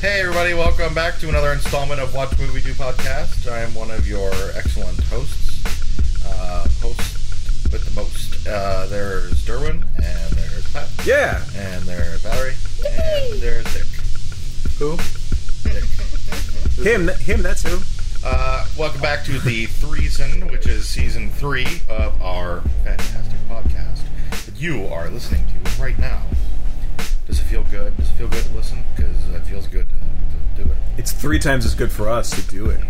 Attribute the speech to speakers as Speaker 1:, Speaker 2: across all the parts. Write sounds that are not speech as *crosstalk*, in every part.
Speaker 1: Hey everybody, welcome back to another installment of Watch Movie Do Podcast. I am one of your excellent hosts, uh, host with the most. Uh, there's Derwin, and there's Pat,
Speaker 2: Yeah.
Speaker 1: and there's Valerie, and there's Dick.
Speaker 2: Who? him. Him. That's who.
Speaker 1: Uh, welcome back to the Threeson, which is season three of our fantastic podcast that you are listening to right now. Does it feel good? Does it feel good to listen? Because it feels good to, to do it.
Speaker 2: It's three times as good for us to do it.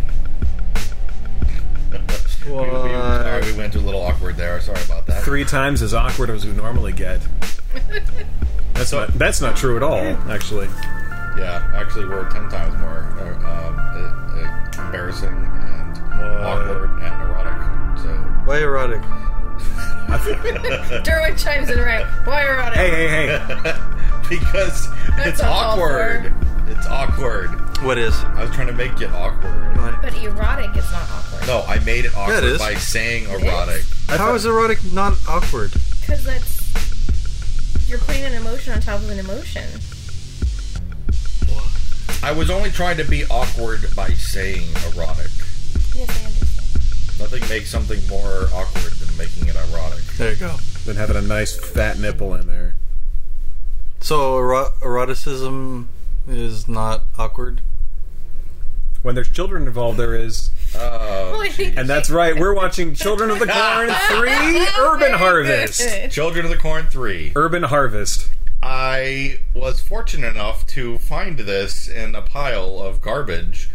Speaker 1: We- we- sorry, we went a little awkward there. Sorry about that.
Speaker 2: Three times as awkward as we normally get. That's not. That's not true at all. Actually,
Speaker 1: Yeah, actually, we're ten times more uh, um, uh, uh, embarrassing and awkward and erotic. So *laughs*
Speaker 3: Why erotic?
Speaker 4: Derwin chimes in right. Why are on it?
Speaker 2: hey, hey, hey.
Speaker 1: because it's
Speaker 4: sounds
Speaker 1: awkward, it's awkward.
Speaker 3: What is?
Speaker 1: I was trying to make it awkward.
Speaker 3: Why?
Speaker 4: But erotic is not awkward.
Speaker 1: No, I made it awkward
Speaker 3: is.
Speaker 1: by saying erotic.
Speaker 3: How is erotic not awkward?
Speaker 4: Because that's. You're putting an emotion on top of an emotion.
Speaker 1: I was only trying to be awkward by saying erotic.
Speaker 4: Yes, I understand.
Speaker 1: Nothing makes something more awkward than making it erotic.
Speaker 3: There you go.
Speaker 2: Then having a nice fat nipple in there.
Speaker 3: So ero- eroticism is not awkward.
Speaker 2: When there's children involved, there is.
Speaker 1: Oh,
Speaker 2: And
Speaker 4: *laughs*
Speaker 2: that's right. We're watching Children of the Corn Three: Urban Harvest.
Speaker 1: Children of the Corn Three.
Speaker 2: Urban Harvest.
Speaker 1: I was fortunate enough to find this in a pile of garbage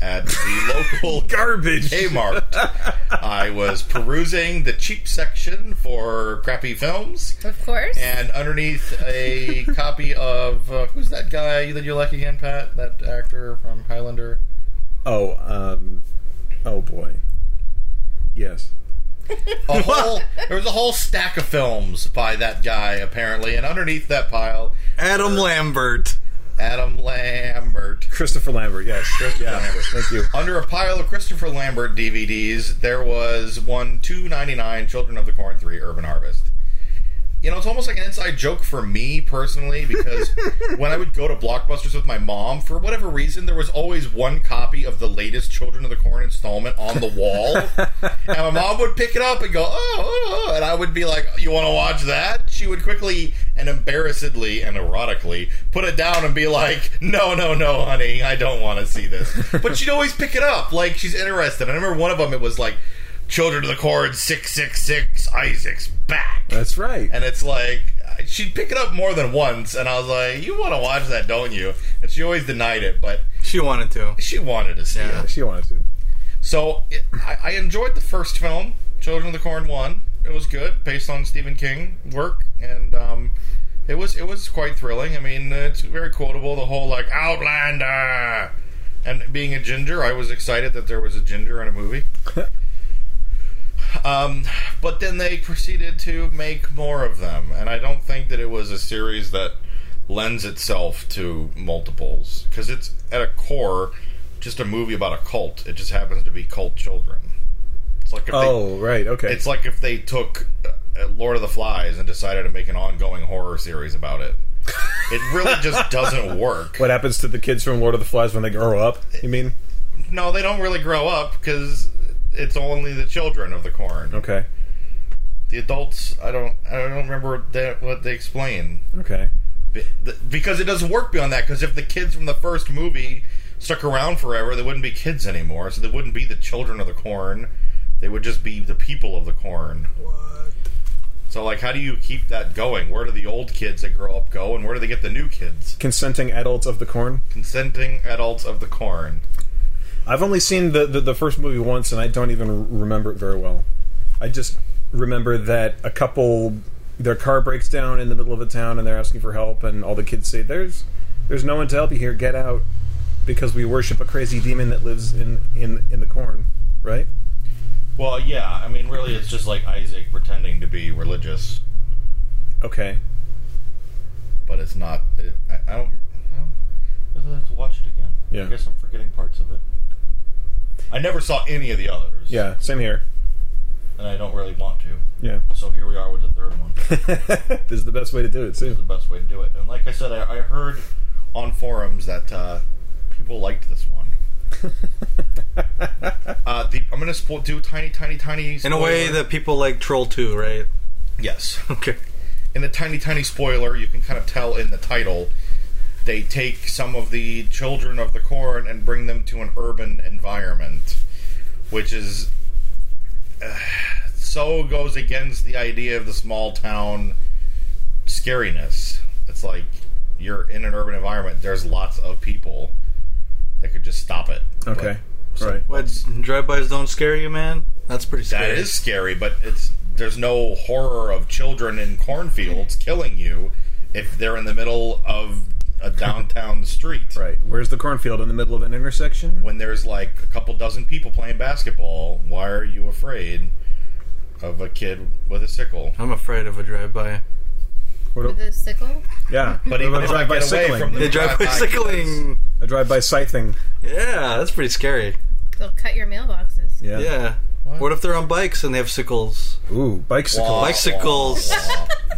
Speaker 1: at the local
Speaker 2: Garbage.
Speaker 1: Kmart. I was perusing the cheap section for crappy films,
Speaker 4: Of course.
Speaker 1: and underneath a copy of uh, who's that guy that you like again, Pat? That actor from Highlander.
Speaker 2: Oh. Um. Oh boy. Yes.
Speaker 1: A whole there was a whole stack of films by that guy apparently, and underneath that pile,
Speaker 3: Adam Lambert.
Speaker 1: Adam Lambert.
Speaker 2: Christopher Lambert. Yes.
Speaker 1: Christopher Lambert.
Speaker 2: Thank you.
Speaker 1: Under a pile of Christopher Lambert DVDs, there was one two ninety nine Children of the Corn three Urban Harvest. You know, it's almost like an inside joke for me personally because when I would go to Blockbusters with my mom, for whatever reason, there was always one copy of the latest Children of the Corn installment on the wall, and my mom would pick it up and go, "Oh,", oh," and I would be like, "You want to watch that?" She would quickly and embarrassedly and erotically put it down and be like, "No, no, no, honey, I don't want to see this." But she'd always pick it up, like she's interested. I remember one of them; it was like. Children of the Corn, six six six, Isaac's back
Speaker 2: That's right.
Speaker 1: and it's like she'd pick it up more than once and i was like you want to watch that don't you and she always denied it but
Speaker 3: She wanted to.
Speaker 1: she wanted to see
Speaker 3: Yeah.
Speaker 1: it
Speaker 2: She wanted to. *laughs*
Speaker 1: so it, I, I enjoyed the first film children of the corn one it was good based on stephen king work and um, it was it was quite thrilling i mean it's very quotable the whole like outlander and being a ginger i was excited that there was a ginger in a movie Um, but then they proceeded to make more of them, and I don't think that it was a series that lends itself to multiples because it's at a core just a movie about a cult. It just happens to be cult children. It's like if they,
Speaker 2: Oh, right. Okay.
Speaker 1: it's like if they took uh, Lord of the Flies and decided to make an ongoing horror series about it. It really just doesn't
Speaker 2: *laughs*
Speaker 1: work.
Speaker 2: what happens to the kids from Lord of the Flies when they grow up? You mean?
Speaker 1: No, they don't really grow up because it's only the children of the corn.
Speaker 2: Okay.
Speaker 1: the adults i don't i don't remember that, what they explain
Speaker 2: Okay.
Speaker 1: Be- the- because it doesn't work beyond that because if the kids from the first movie stuck around forever they wouldn't be kids anymore so they wouldn't be the children of the corn they would just be the people of the corn so like how do you keep that going where do the old kids that grow up go and where do they get the new kids
Speaker 2: Consenting adults of the corn.
Speaker 1: consenting adults of the corn
Speaker 2: I've only seen the, the the first movie once, and I don't even r- remember it very well. I just remember that a couple their car breaks down in the middle of a town, and they're asking for help, and all the kids say, "There's there's no one to help you here. Get out."
Speaker 5: because we worship a crazy demon that lives in in in the corn, right?
Speaker 1: Well, yeah. I mean, really, it's just like Isaac pretending to be religious,
Speaker 5: Okay.
Speaker 1: but it's not. It, I, I don't. I don't I have to watch it again.
Speaker 5: Yeah.
Speaker 1: I guess I'm forgetting parts of it. I never saw any of the others.
Speaker 5: Yeah. Same here.
Speaker 1: And I don't really want to.
Speaker 5: Yeah.
Speaker 1: So here we are with the third one.
Speaker 5: *laughs* this is the best way to do it
Speaker 1: is the
Speaker 5: too.
Speaker 1: best way to do it. And like I said, I, I heard on forums that uh, people liked this
Speaker 5: *laughs*
Speaker 1: one. uh, the, I'm going to spo- do tiny, tiny, tiny.
Speaker 3: In a way
Speaker 1: spoiler.
Speaker 3: that people like Troll 2, right?
Speaker 1: yes,
Speaker 3: *laughs* Okay.
Speaker 1: in a tiny, tiny spoiler, you can kind of tell in the title. They take some of the children of the corn and bring them to an urban environment, which is uh, so goes against the idea of the small town scariness. It's like you're in an urban environment. There's lots of people that could just stop it.
Speaker 5: Okay.
Speaker 1: So-
Speaker 5: right.
Speaker 3: What, drive-bys don't scare you, man? That's pretty
Speaker 1: That
Speaker 3: scary.
Speaker 1: is scary, but it's there's no horror of children in cornfields killing you if they're in the middle of *laughs* a downtown street.
Speaker 5: Right. Where's the cornfield in the middle of an intersection?
Speaker 1: When there's like a couple dozen people playing basketball, why are you afraid of a kid with a sickle?
Speaker 3: I'm afraid of a drive-by.
Speaker 5: What
Speaker 4: With
Speaker 5: a-
Speaker 4: a sickle?
Speaker 5: yeah.
Speaker 1: But
Speaker 5: What
Speaker 1: even
Speaker 5: about
Speaker 1: if I
Speaker 5: drive-by
Speaker 1: get away
Speaker 5: sickling?
Speaker 1: from
Speaker 3: The
Speaker 1: the
Speaker 3: drive-by sickling.
Speaker 5: a drive-by scything.
Speaker 3: Yeah, that's pretty scary.
Speaker 4: They'll cut your mailboxes.
Speaker 5: Yeah.
Speaker 3: Yeah.
Speaker 1: What?
Speaker 3: What? if they're on bikes and they have sickles? *laughs*
Speaker 5: Ooh, bicycle.
Speaker 3: Wow. Bicycles.
Speaker 1: *laughs*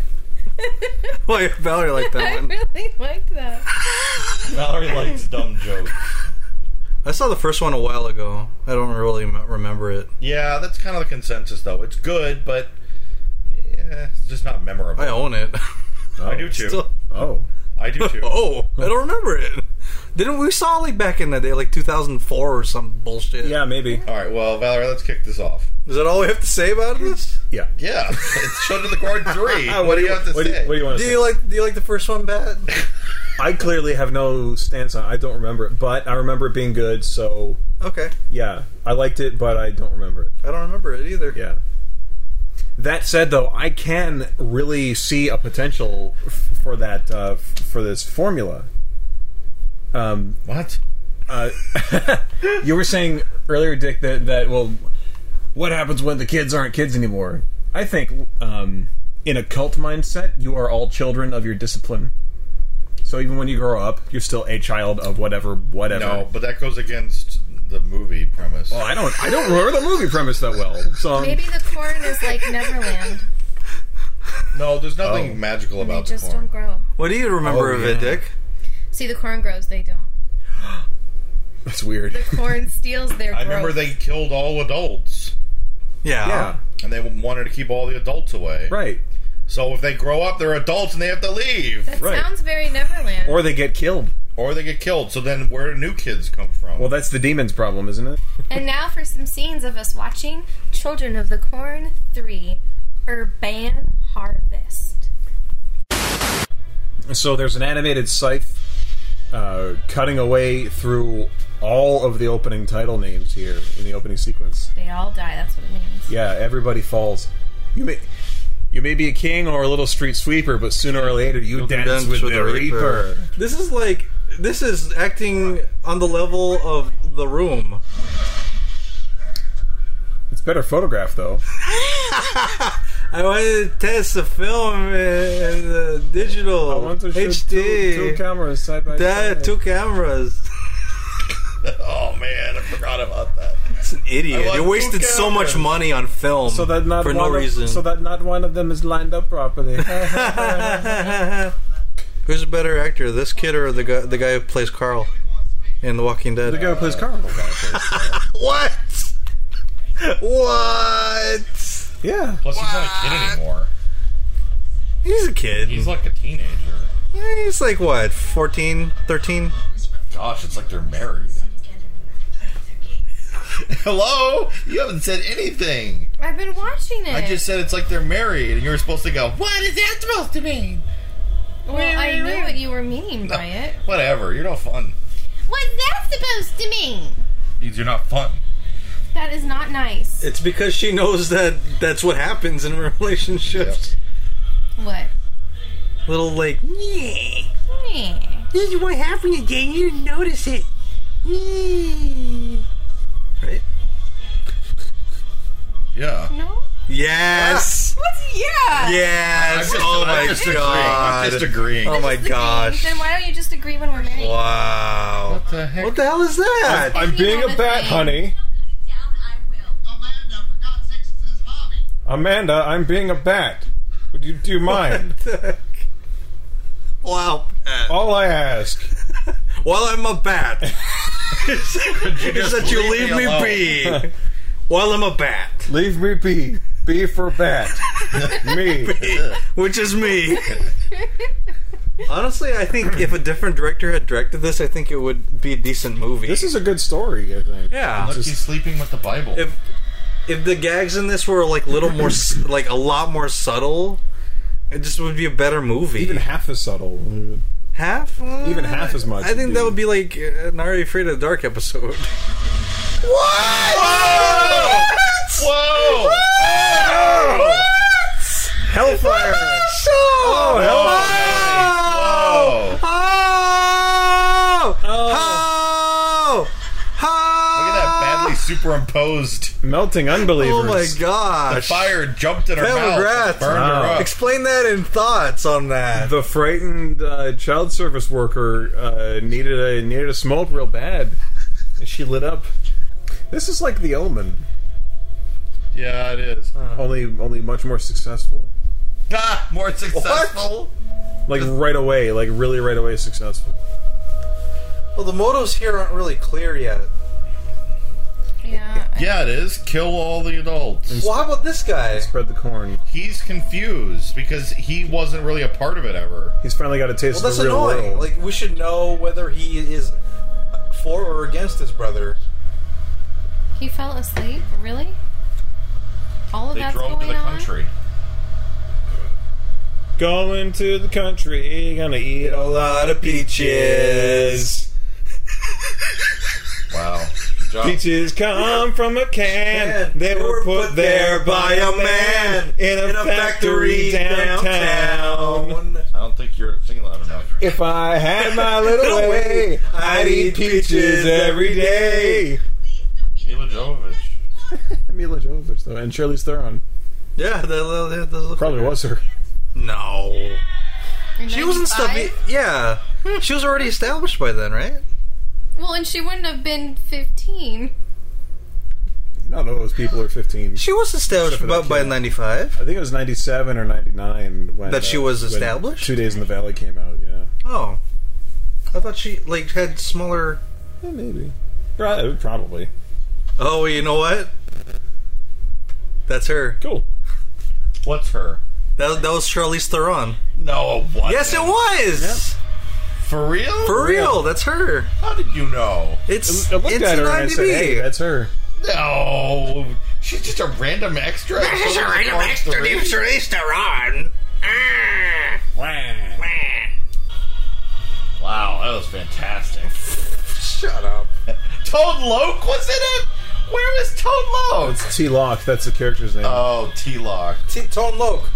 Speaker 3: Why Valerie like that
Speaker 4: *laughs* I
Speaker 3: one? *laughs*
Speaker 4: really liked that.
Speaker 1: Valerie likes dumb jokes.
Speaker 3: I saw the first one a while ago. I don't really m- remember it.
Speaker 1: Yeah, that's kind of the consensus, though. It's good, but yeah, it's just not memorable.
Speaker 3: I own it. *laughs*
Speaker 5: Oh.
Speaker 1: I do too.
Speaker 3: Still-
Speaker 5: Oh.
Speaker 1: I do too.
Speaker 3: *laughs* oh, I don't remember it. Didn't we saw like back in the day, like 2004 or some bullshit?
Speaker 5: Yeah, maybe.
Speaker 1: All right, well, Valerie, let's kick this off.
Speaker 3: Is that all we have to say about this?
Speaker 5: Yeah.
Speaker 1: Yeah, it's Children of the *laughs* Corn 3. Ah, what do you have to
Speaker 5: what do
Speaker 1: say?
Speaker 5: you, what do you want to
Speaker 3: Do
Speaker 5: say?
Speaker 3: you like Do you like the first
Speaker 5: *laughs*
Speaker 3: one, Pat?
Speaker 5: I clearly have no stance on. it. I don't remember it, but I remember it being good. So
Speaker 3: Okay,
Speaker 5: yeah, I liked it, but I don't remember it.
Speaker 3: I don't remember it either.
Speaker 5: Yeah. That said, though, I can really see a potential f- for that uh, f- for this formula. Um,
Speaker 1: what?
Speaker 5: uh, you were saying earlier, Dick, that that well, what happens when the kids aren't kids anymore? I think um, in a cult mindset, you are all children of your discipline. So even when you grow up, you're still a child of whatever, whatever.
Speaker 1: No, but that goes against the movie premise.
Speaker 5: Well, I don't, I don't remember the movie premise that well. So um,
Speaker 4: Maybe the corn is like Neverland.
Speaker 1: no, there's nothing magical
Speaker 4: They
Speaker 1: about the
Speaker 4: just
Speaker 1: corn.
Speaker 4: don't grow.
Speaker 3: What do you remember
Speaker 5: Oh,
Speaker 3: of
Speaker 5: yeah.
Speaker 3: it, Dick?
Speaker 4: See, the corn grows, they don't.
Speaker 5: that's weird.
Speaker 4: The corn steals their growth.
Speaker 1: I remember they killed all adults,
Speaker 3: Yeah.
Speaker 5: Yeah,
Speaker 1: and they wanted to keep all the adults away.
Speaker 5: right.
Speaker 1: So if they grow up, they're adults and they have to leave,
Speaker 4: That
Speaker 5: right.
Speaker 4: sounds very Neverland.
Speaker 5: Or they get killed.
Speaker 1: or they get killed. So then, where do new kids come from?
Speaker 5: Well, that's the demon's problem, isn't it?
Speaker 4: and now for some scenes of us watching Children of the Corn 3 Urban Harvest.
Speaker 5: So there's an animated scythe uh, cutting away through all of the opening title names here in the opening sequence.
Speaker 4: They all die, that's what it means.
Speaker 5: Yeah, everybody falls. You may you may be a king or a little street sweeper, but sooner or later you
Speaker 3: You'll
Speaker 5: dance, with, the, Reaper.
Speaker 3: This is like this is acting on the level of The Room. *laughs*
Speaker 5: It's better photograph though.
Speaker 3: I wanted to test the film and the digital HD.
Speaker 5: two, cameras side by
Speaker 3: Dad,
Speaker 5: side.
Speaker 3: two cameras.
Speaker 1: oh man, I forgot about that.
Speaker 3: It's an
Speaker 1: I
Speaker 3: idiot.
Speaker 1: want
Speaker 3: They
Speaker 1: two
Speaker 3: wasted so
Speaker 1: cameras.
Speaker 3: much money on film
Speaker 5: so that not
Speaker 3: for
Speaker 5: one
Speaker 3: no
Speaker 5: of,
Speaker 3: reason.
Speaker 5: So that not one of them is lined up properly.
Speaker 3: *laughs* Who's a better actor, this kid or the guy? The guy who plays Carl in The Walking Dead.
Speaker 5: the guy who plays Carnival guy. plays.
Speaker 3: *laughs* What? What?
Speaker 5: Yeah.
Speaker 1: Plus, he's not a kid anymore.
Speaker 3: He's a kid.
Speaker 1: He's like a teenager.
Speaker 3: Yeah, He's like what, 14, 13?
Speaker 1: Gosh, it's like they're married. Hello? You haven't said anything.
Speaker 4: I've been watching it.
Speaker 1: I just said it's like they're married, and you were supposed to go, What is that supposed to mean?
Speaker 4: Well, I knew what you were meaning by it.
Speaker 1: Whatever, you're not fun.
Speaker 4: What's that supposed to mean?
Speaker 1: You're not fun.
Speaker 4: That is not nice.
Speaker 3: It's because she knows that that's what happens in *laughs* relationships.
Speaker 4: What?
Speaker 3: Little like,
Speaker 4: Meh.
Speaker 3: this is what happens, again. You notice it. Right?
Speaker 1: Yeah.
Speaker 4: No?
Speaker 3: Yes.
Speaker 4: What's yeah?
Speaker 1: I'm
Speaker 3: Yes.
Speaker 1: just-
Speaker 3: oh my
Speaker 1: I'm just agreeing.
Speaker 3: god.
Speaker 1: I'm just agreeing.
Speaker 3: Oh my
Speaker 4: Disagreeing.
Speaker 3: gosh.
Speaker 4: Then why don't you just agree when we're married?
Speaker 3: Wow.
Speaker 1: What the heck?
Speaker 3: What the hell is that?
Speaker 4: I'm being a bat, honey.
Speaker 6: Amanda, for God's sakes, it's his hobby.
Speaker 5: Amanda, I'm being a bat. Would you do you *laughs* mind?
Speaker 3: Wow. Pat.
Speaker 5: All I ask.
Speaker 3: While I'm a
Speaker 1: *laughs*
Speaker 3: bat, is
Speaker 1: just
Speaker 3: that you
Speaker 1: leave
Speaker 3: leave
Speaker 1: me
Speaker 3: me *laughs* be. While I'm a bat,
Speaker 5: Leave me be. B for *laughs* bat. me.
Speaker 3: which is me. Honestly, I think if a different director had directed this, I think it would be a decent movie.
Speaker 5: This is a good story, I think.
Speaker 3: yeah.
Speaker 1: Look, he's sleeping with the Bible.
Speaker 3: If if the gags in this were like little more, s- like a lot more subtle, it just would be a better movie.
Speaker 5: Even half as subtle.
Speaker 3: half, Uh,
Speaker 5: even half as much
Speaker 3: I
Speaker 5: would
Speaker 3: think that
Speaker 5: be-
Speaker 3: would be like an Are You Afraid of the Dark episode.
Speaker 1: Whoa!
Speaker 3: Hellfire. Oh,
Speaker 1: Whoa!
Speaker 3: hellfire. Oh. Oh.
Speaker 1: Look at that badly superimposed.
Speaker 5: Melting
Speaker 3: Oh my
Speaker 5: unbelievers.
Speaker 1: The
Speaker 3: gosh. Uh,
Speaker 1: fire jumped in her mouth,
Speaker 3: Congrats.
Speaker 1: burned her
Speaker 5: Wow.
Speaker 1: up.
Speaker 3: Explain that in thoughts on that.
Speaker 5: The frightened uh, child service worker uh, needed a needed a smoke real bad. And she lit up. This is like the omen.
Speaker 1: yeah, it is.
Speaker 3: Uh.
Speaker 5: Only only much more successful.
Speaker 1: ah, more successful.
Speaker 5: Like right away, like really right away successful.
Speaker 3: Well, the motives here aren't really clear yet.
Speaker 4: Yeah.
Speaker 1: Yeah, it is. Kill all the adults.
Speaker 3: Well, how about this guy?
Speaker 5: Spread the corn.
Speaker 1: He's confused because he wasn't really a part of it ever.
Speaker 5: He's finally got a taste
Speaker 3: Well, that's
Speaker 5: of the real
Speaker 3: annoying.
Speaker 5: world.
Speaker 3: Like, we should know whether he is for or against his brother.
Speaker 4: He fell asleep? Really? All of
Speaker 1: They
Speaker 4: that's
Speaker 1: drove
Speaker 4: going
Speaker 1: to the
Speaker 4: on?
Speaker 1: country.
Speaker 5: Going to the country, gonna eat
Speaker 3: A lot of peaches.
Speaker 1: Wow. Good job.
Speaker 5: Peaches come from a can.
Speaker 3: They were put there by a man
Speaker 5: in a, factory, downtown.
Speaker 1: I don't think you're singing loud enough.
Speaker 5: If I had my little way, I'd eat peaches every day.
Speaker 1: Mila Jovovich.
Speaker 5: Mila Jovovich, though, Oh, and Charlize Theron.
Speaker 3: Yeah, that, that, that does look
Speaker 5: Probably
Speaker 3: like
Speaker 5: was her.
Speaker 3: her. No.
Speaker 4: In
Speaker 3: She wasn't
Speaker 4: 95?
Speaker 3: stubby. Yeah.
Speaker 1: Hmm.
Speaker 3: She was already established by then, right?
Speaker 4: Well, and she wouldn't have been 15.
Speaker 5: Not all those people are 15.
Speaker 3: She was established
Speaker 5: Except for that
Speaker 3: about by
Speaker 5: kid.
Speaker 3: 95.
Speaker 5: I think it was 97 or 99 when.
Speaker 3: That she
Speaker 5: uh,
Speaker 3: was
Speaker 5: when
Speaker 3: established?
Speaker 5: Two Days in the Valley came out, yeah.
Speaker 3: Oh. I thought she, like, had smaller.
Speaker 5: yeah maybe. Probably, probably.
Speaker 3: Oh, you know what? That's her.
Speaker 5: Cool.
Speaker 1: What's her?
Speaker 3: That, that was Charlize Theron.
Speaker 1: No, what?
Speaker 3: Yes, it was!
Speaker 1: For real?
Speaker 3: For real, that's her.
Speaker 1: How did you know?
Speaker 3: It's
Speaker 5: I looked
Speaker 3: it's
Speaker 5: at
Speaker 3: an
Speaker 5: her and I said, hey,
Speaker 3: IMDb.
Speaker 5: that's her.
Speaker 1: No. She's just a random extra. She's a random extra. Wow, that was fantastic.
Speaker 3: Shut up.
Speaker 1: *laughs* Toad Loke was in it? Where was Toad Loke?
Speaker 5: It's T Lock, that's the character's name.
Speaker 1: Oh, T Lock.
Speaker 3: T- Tone Loke.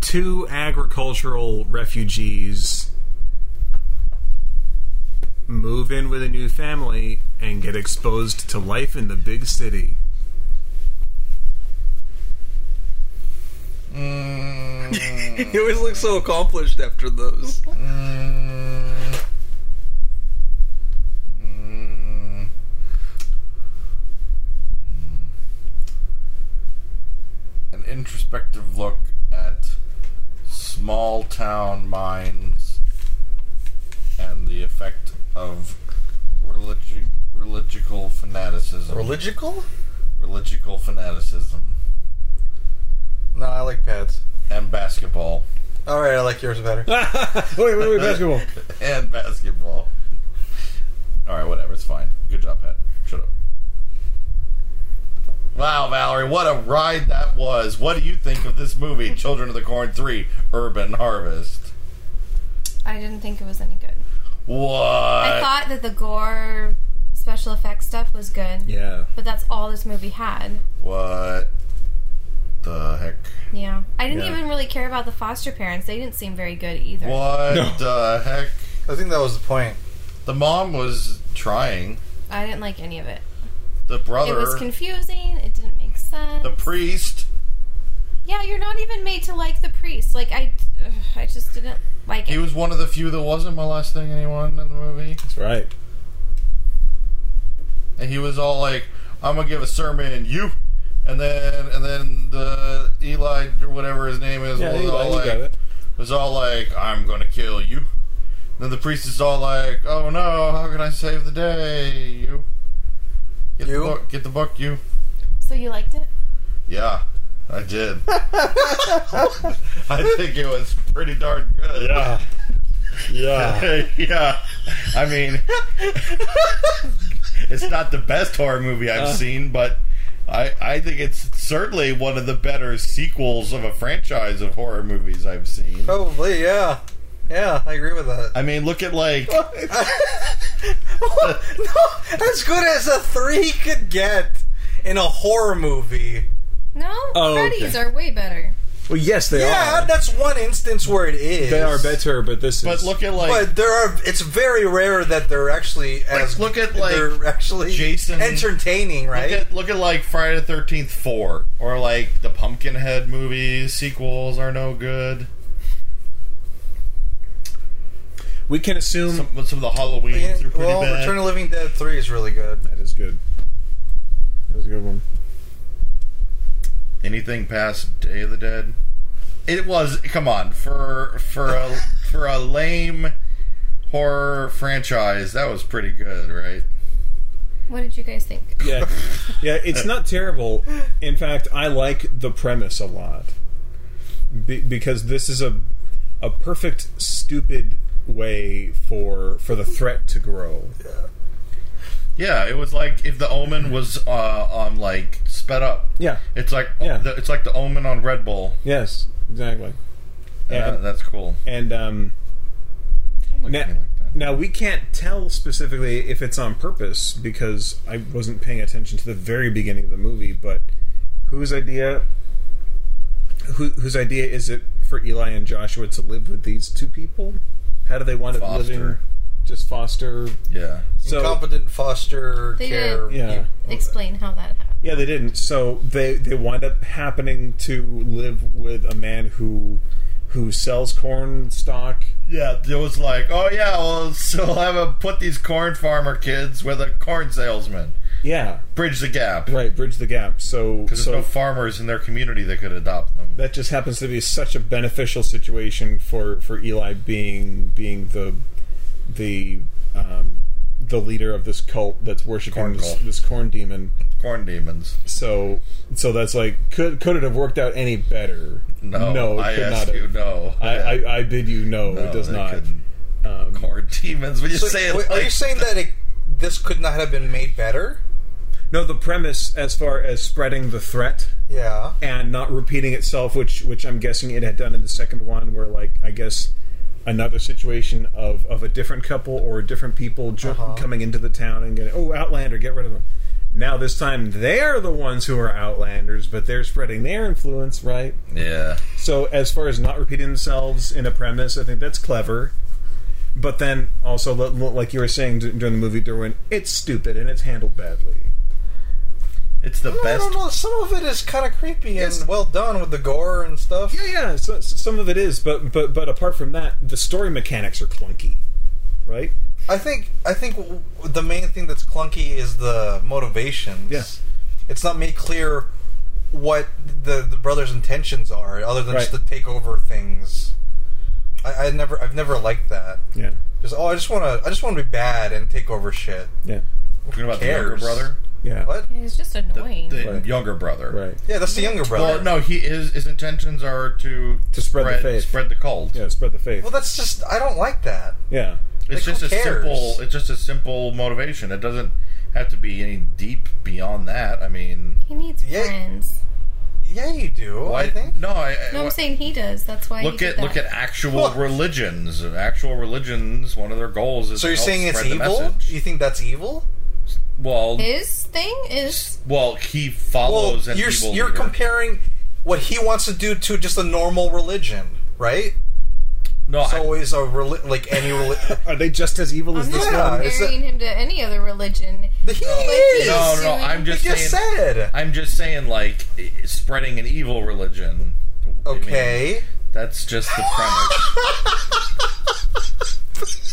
Speaker 2: two agricultural refugees move in with a new family and get exposed to life in the big city.
Speaker 3: He always looks so accomplished after those.
Speaker 1: An introspective look at small town minds and the effect of religi- religical fanaticism.
Speaker 3: Religical?
Speaker 1: religical fanaticism.
Speaker 3: No, I like pads.
Speaker 1: And basketball. *laughs*
Speaker 3: All right, I like yours
Speaker 5: *laughs*
Speaker 3: better.
Speaker 5: wait, wait, wait, basketball.
Speaker 1: and basketball. *laughs* All right, whatever. It's fine. Good job, Pat. Shut up. Wow, Valerie, what a ride that was. What do you think of this movie, Children of the Corn 3 Urban Harvest?
Speaker 4: I didn't think it was any good.
Speaker 1: What?
Speaker 4: I thought that the gore special effects stuff was good,
Speaker 5: Yeah.
Speaker 4: but that's all this movie had.
Speaker 1: what the heck?
Speaker 4: Yeah. I didn't
Speaker 5: Yeah.
Speaker 4: even really care about the foster parents. They didn't seem very good either.
Speaker 1: What the heck?
Speaker 3: I think that was the point.
Speaker 1: The mom was trying.
Speaker 4: I didn't like any of it.
Speaker 1: The brother,
Speaker 4: It was confusing. It didn't make sense.
Speaker 1: the priest.
Speaker 4: yeah, you're not even made to like the priest. Like I, ugh, I just didn't like it.
Speaker 1: He was one of the few that wasn't molesting anyone in the movie.
Speaker 5: That's right.
Speaker 1: and he was all like, "I'm gonna give a sermon, you," and then and then the Eli or whatever his name is
Speaker 5: Yeah,
Speaker 1: was
Speaker 5: Eli,
Speaker 1: all
Speaker 5: you
Speaker 1: like,
Speaker 5: got it.
Speaker 1: was all like, "I'm gonna kill you." Then the priest is all like, "Oh no, how can I save the day, you?" Get
Speaker 3: You?
Speaker 1: the book, get the book, you.
Speaker 4: so you liked it?
Speaker 1: Yeah, I did. *laughs* I think it was pretty darn good.
Speaker 5: Yeah. Yeah.
Speaker 1: *laughs* yeah. I mean, it's not the best horror movie I've seen, but I I think it's certainly one of the better sequels of a franchise of horror movies I've seen.
Speaker 3: Probably, yeah. Yeah, I agree with that.
Speaker 1: I mean, look at like
Speaker 3: *laughs* no, as good as a three could get in a horror movie.
Speaker 4: No,
Speaker 2: Oh,
Speaker 4: Freddy's
Speaker 2: okay.
Speaker 4: are way better.
Speaker 2: Well, yes, they
Speaker 3: Yeah,
Speaker 2: are.
Speaker 3: that's one instance where it is.
Speaker 5: They are better, but this
Speaker 1: but
Speaker 5: is.
Speaker 1: look at like
Speaker 3: But there are. It's very rare that they're actually as.
Speaker 1: look at, like,
Speaker 3: they're actually
Speaker 1: Jason-
Speaker 3: entertaining, right?
Speaker 1: Look at, look at like Friday the Thirteenth Four or like the Pumpkinhead movies. Sequels are no good.
Speaker 5: we can assume
Speaker 1: Some, but some of the Halloweens are pretty
Speaker 3: well,
Speaker 1: bad.
Speaker 3: Return of the Living Dead Three is really good.
Speaker 5: that is good. That was a good one.
Speaker 1: anything past Day of the Dead. It was come on for for
Speaker 5: *laughs*
Speaker 1: a for a lame horror franchise. That was pretty good, right?
Speaker 4: What did you guys think?
Speaker 5: Yeah, yeah, it's not terrible. In fact, I like the premise a lot Be- because this is a a perfect stupid way for for the threat to grow.
Speaker 1: Yeah, it was like if the Omen was uh, on like sped up.
Speaker 5: Yeah.
Speaker 1: It's like
Speaker 5: Yeah.
Speaker 1: the, it's like the Omen on Red Bull.
Speaker 5: Yes. Exactly.
Speaker 1: Yeah,
Speaker 5: And,
Speaker 1: that's cool.
Speaker 5: and um,
Speaker 1: Like
Speaker 5: Now,
Speaker 1: anything like that.
Speaker 5: now we can't tell specifically if it's on purpose because I wasn't paying attention to the very beginning of the movie. But whose idea? Who, whose idea is it for Eli and Joshua to live with these two people? How do they want it living?
Speaker 1: Foster.
Speaker 5: Just foster.
Speaker 1: yeah.
Speaker 5: So
Speaker 3: Incompetent foster
Speaker 4: They
Speaker 3: care.
Speaker 4: did.
Speaker 5: yeah,
Speaker 4: Explain how that happened.
Speaker 5: yeah, they didn't. So they they wind up happening to live with a man who who sells corn stock.
Speaker 1: Yeah, it was like, oh yeah, well, *laughs* so I'll have a put these corn farmer kids with a corn salesman.
Speaker 5: Yeah,
Speaker 1: Bridge the gap.
Speaker 5: right. Bridge the gap. So
Speaker 1: Because
Speaker 5: so
Speaker 1: there's no farmers in their community that could adopt them.
Speaker 5: that just happens to be such a beneficial situation for for Eli being being the the um, the leader of this cult that's worshiping
Speaker 1: Corn
Speaker 5: this,
Speaker 1: cult.
Speaker 5: this corn demon.
Speaker 1: Corn demons.
Speaker 5: So so that's like could could it have worked out any better?
Speaker 1: No,
Speaker 5: no, it
Speaker 1: I
Speaker 5: could
Speaker 1: ask
Speaker 5: not.
Speaker 1: you,
Speaker 5: have.
Speaker 1: no.
Speaker 5: I, I I bid you no,
Speaker 1: No,
Speaker 5: it does
Speaker 1: they
Speaker 5: not.
Speaker 1: couldn't.
Speaker 5: Um,
Speaker 1: Corn demons. When you
Speaker 3: So,
Speaker 1: say it,
Speaker 3: wait, are
Speaker 1: like-
Speaker 3: you saying that it, this could not have been made better?
Speaker 5: no, the premise as far as spreading the threat
Speaker 3: Yeah.
Speaker 5: and not repeating itself, which which I'm guessing it had done in the second one, where like I guess another situation of of a different couple or different people ju-
Speaker 3: Uh-huh.
Speaker 5: coming into the town and getting oh Outlander, get rid of them. Now this time they're the ones who are Outlanders, but they're spreading their influence, right?
Speaker 1: yeah,
Speaker 5: So as far as not repeating themselves in a premise, I think that's clever. But then also, li- li- like you were saying d- during the movie, Derwin, it's stupid and it's handled badly.
Speaker 1: it's the
Speaker 3: I
Speaker 1: best.
Speaker 3: don't know. Some of it is kind of creepy and well done with the gore and stuff.
Speaker 5: Yeah, yeah. So, so some of it is, but but but apart from that, the story mechanics are clunky, right?
Speaker 3: I think I think w- the main thing that's clunky is the motivations.
Speaker 5: Yeah.
Speaker 3: It's not made clear what the the brothers' intentions are, other than just to
Speaker 5: Right.
Speaker 3: take over things. I, I never I've never liked that.
Speaker 5: Yeah,
Speaker 3: Just oh I just want to I just want to be bad and take over shit.
Speaker 5: yeah,
Speaker 1: Talking about the
Speaker 3: cares?
Speaker 1: younger brother.
Speaker 5: yeah.
Speaker 3: What?
Speaker 4: It's just
Speaker 1: The,
Speaker 4: annoying.
Speaker 1: the
Speaker 5: Right.
Speaker 1: younger brother.
Speaker 5: Right.
Speaker 3: Yeah, that's the younger brother.
Speaker 1: Well, no, he his, his intentions are to
Speaker 5: To spread the faith.
Speaker 1: spread the cult.
Speaker 5: Yeah, spread the faith.
Speaker 3: Well, that's just I don't like that.
Speaker 5: yeah,
Speaker 1: It's
Speaker 3: Like,
Speaker 1: just
Speaker 3: who
Speaker 1: a
Speaker 3: cares?
Speaker 1: simple. It's just a simple motivation. It doesn't have to be any deep beyond that. I mean,
Speaker 4: he needs
Speaker 3: Yeah.
Speaker 4: friends.
Speaker 3: Yeah, you do. I
Speaker 1: why-
Speaker 3: think.
Speaker 1: no. I, I-
Speaker 4: No, I'm
Speaker 1: why-
Speaker 4: saying he does. That's why.
Speaker 1: look
Speaker 4: he
Speaker 1: at
Speaker 4: did
Speaker 1: look
Speaker 4: that.
Speaker 1: at actual
Speaker 3: Well-
Speaker 1: religions. Actual religions. One of their goals is
Speaker 3: So
Speaker 1: to
Speaker 3: you're
Speaker 1: help
Speaker 3: saying it's
Speaker 1: spread the
Speaker 3: evil?
Speaker 1: message.
Speaker 3: You think that's evil?
Speaker 1: Well,
Speaker 4: his thing is
Speaker 1: well, he follows an
Speaker 3: you're
Speaker 1: evil.
Speaker 3: you're
Speaker 1: leader.
Speaker 3: comparing what he wants to do to just a normal religion, right?
Speaker 1: No,
Speaker 3: it's
Speaker 1: I-
Speaker 3: always a reli- like
Speaker 1: *laughs*
Speaker 3: any reli-
Speaker 5: Are they just as evil as
Speaker 3: I'm
Speaker 5: this
Speaker 3: not.
Speaker 5: one?
Speaker 3: Yeah, it's a-
Speaker 4: comparing him to any other religion.
Speaker 3: He
Speaker 4: he's
Speaker 3: is.
Speaker 1: No, no, no,
Speaker 4: doing-
Speaker 1: I'm just
Speaker 3: You just
Speaker 1: saying.
Speaker 3: said.
Speaker 1: I'm just saying, like i- spreading an evil religion. I mean,
Speaker 3: Okay.
Speaker 1: that's just the
Speaker 3: *laughs*
Speaker 1: premise.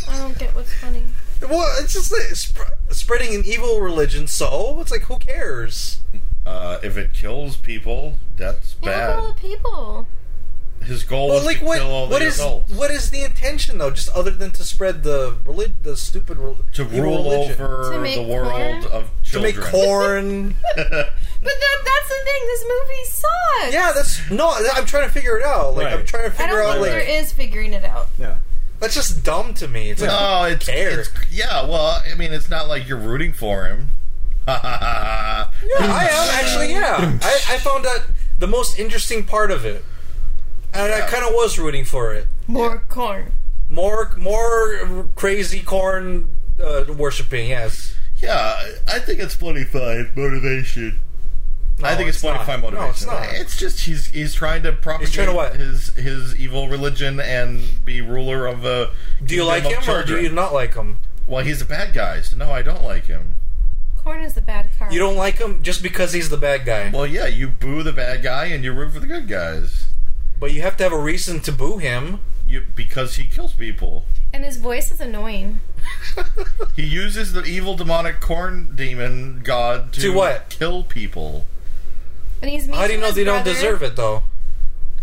Speaker 4: I don't get what's funny.
Speaker 3: Well, it's just like sp- spreading an evil religion. So it's like, who cares?
Speaker 1: Uh, if it kills people, that's
Speaker 4: Yeah,
Speaker 1: bad.
Speaker 4: people.
Speaker 1: His goal
Speaker 3: Well,
Speaker 1: was
Speaker 3: like
Speaker 1: to
Speaker 3: what?
Speaker 1: kill all
Speaker 3: What
Speaker 1: the
Speaker 3: is
Speaker 1: adults.
Speaker 3: what is the intention though? Just other than to spread the relig- the stupid rel-
Speaker 1: to
Speaker 3: evil
Speaker 1: rule
Speaker 3: religion.
Speaker 4: To
Speaker 1: over
Speaker 4: make
Speaker 1: the world
Speaker 4: corn?
Speaker 1: of
Speaker 3: to
Speaker 1: children. *laughs*
Speaker 3: make corn.
Speaker 4: But that, that's the thing. This movie sucks.
Speaker 3: yeah, that's no. I'm trying to figure it out. Like I'm
Speaker 5: Right.
Speaker 3: trying to
Speaker 4: I
Speaker 3: figure
Speaker 4: don't
Speaker 3: out.
Speaker 4: think
Speaker 3: Like
Speaker 4: there is figuring it out.
Speaker 5: Yeah.
Speaker 3: that's just dumb to me. It's like,
Speaker 1: No, it's,
Speaker 3: care?
Speaker 1: it's yeah. Well, I mean, it's not like you're rooting for him. *laughs* yeah,
Speaker 3: I am actually. Yeah, I, I found that the most interesting part of it, and I kind of was rooting for it.
Speaker 4: More corn.
Speaker 3: More, more crazy corn uh, worshiping. Yes.
Speaker 1: Yeah, I think it's plenty fine motivation. I think it's,
Speaker 3: it's
Speaker 1: plenty
Speaker 3: not.
Speaker 1: fine
Speaker 3: No,
Speaker 1: motivation.
Speaker 3: it's not.
Speaker 1: It's just he's he's trying to propagate
Speaker 3: trying to what?
Speaker 1: his his evil religion and be ruler of a.
Speaker 3: Do you like him or do you not like him?
Speaker 1: Well, he's a bad guy. So no, I don't like him.
Speaker 4: Corn is the bad card.
Speaker 3: You don't like him just because he's the bad guy.
Speaker 1: Well, yeah, you boo the bad guy and you root for the good guys.
Speaker 3: But you have to have a reason to boo him.
Speaker 1: You because he kills people.
Speaker 4: And his voice is annoying.
Speaker 1: He uses the evil demonic corn demon god to,
Speaker 3: To what?
Speaker 1: kill people.
Speaker 4: And he's mean
Speaker 3: How do you
Speaker 4: to
Speaker 3: know
Speaker 4: his
Speaker 3: they don't
Speaker 4: brother,
Speaker 3: deserve it though?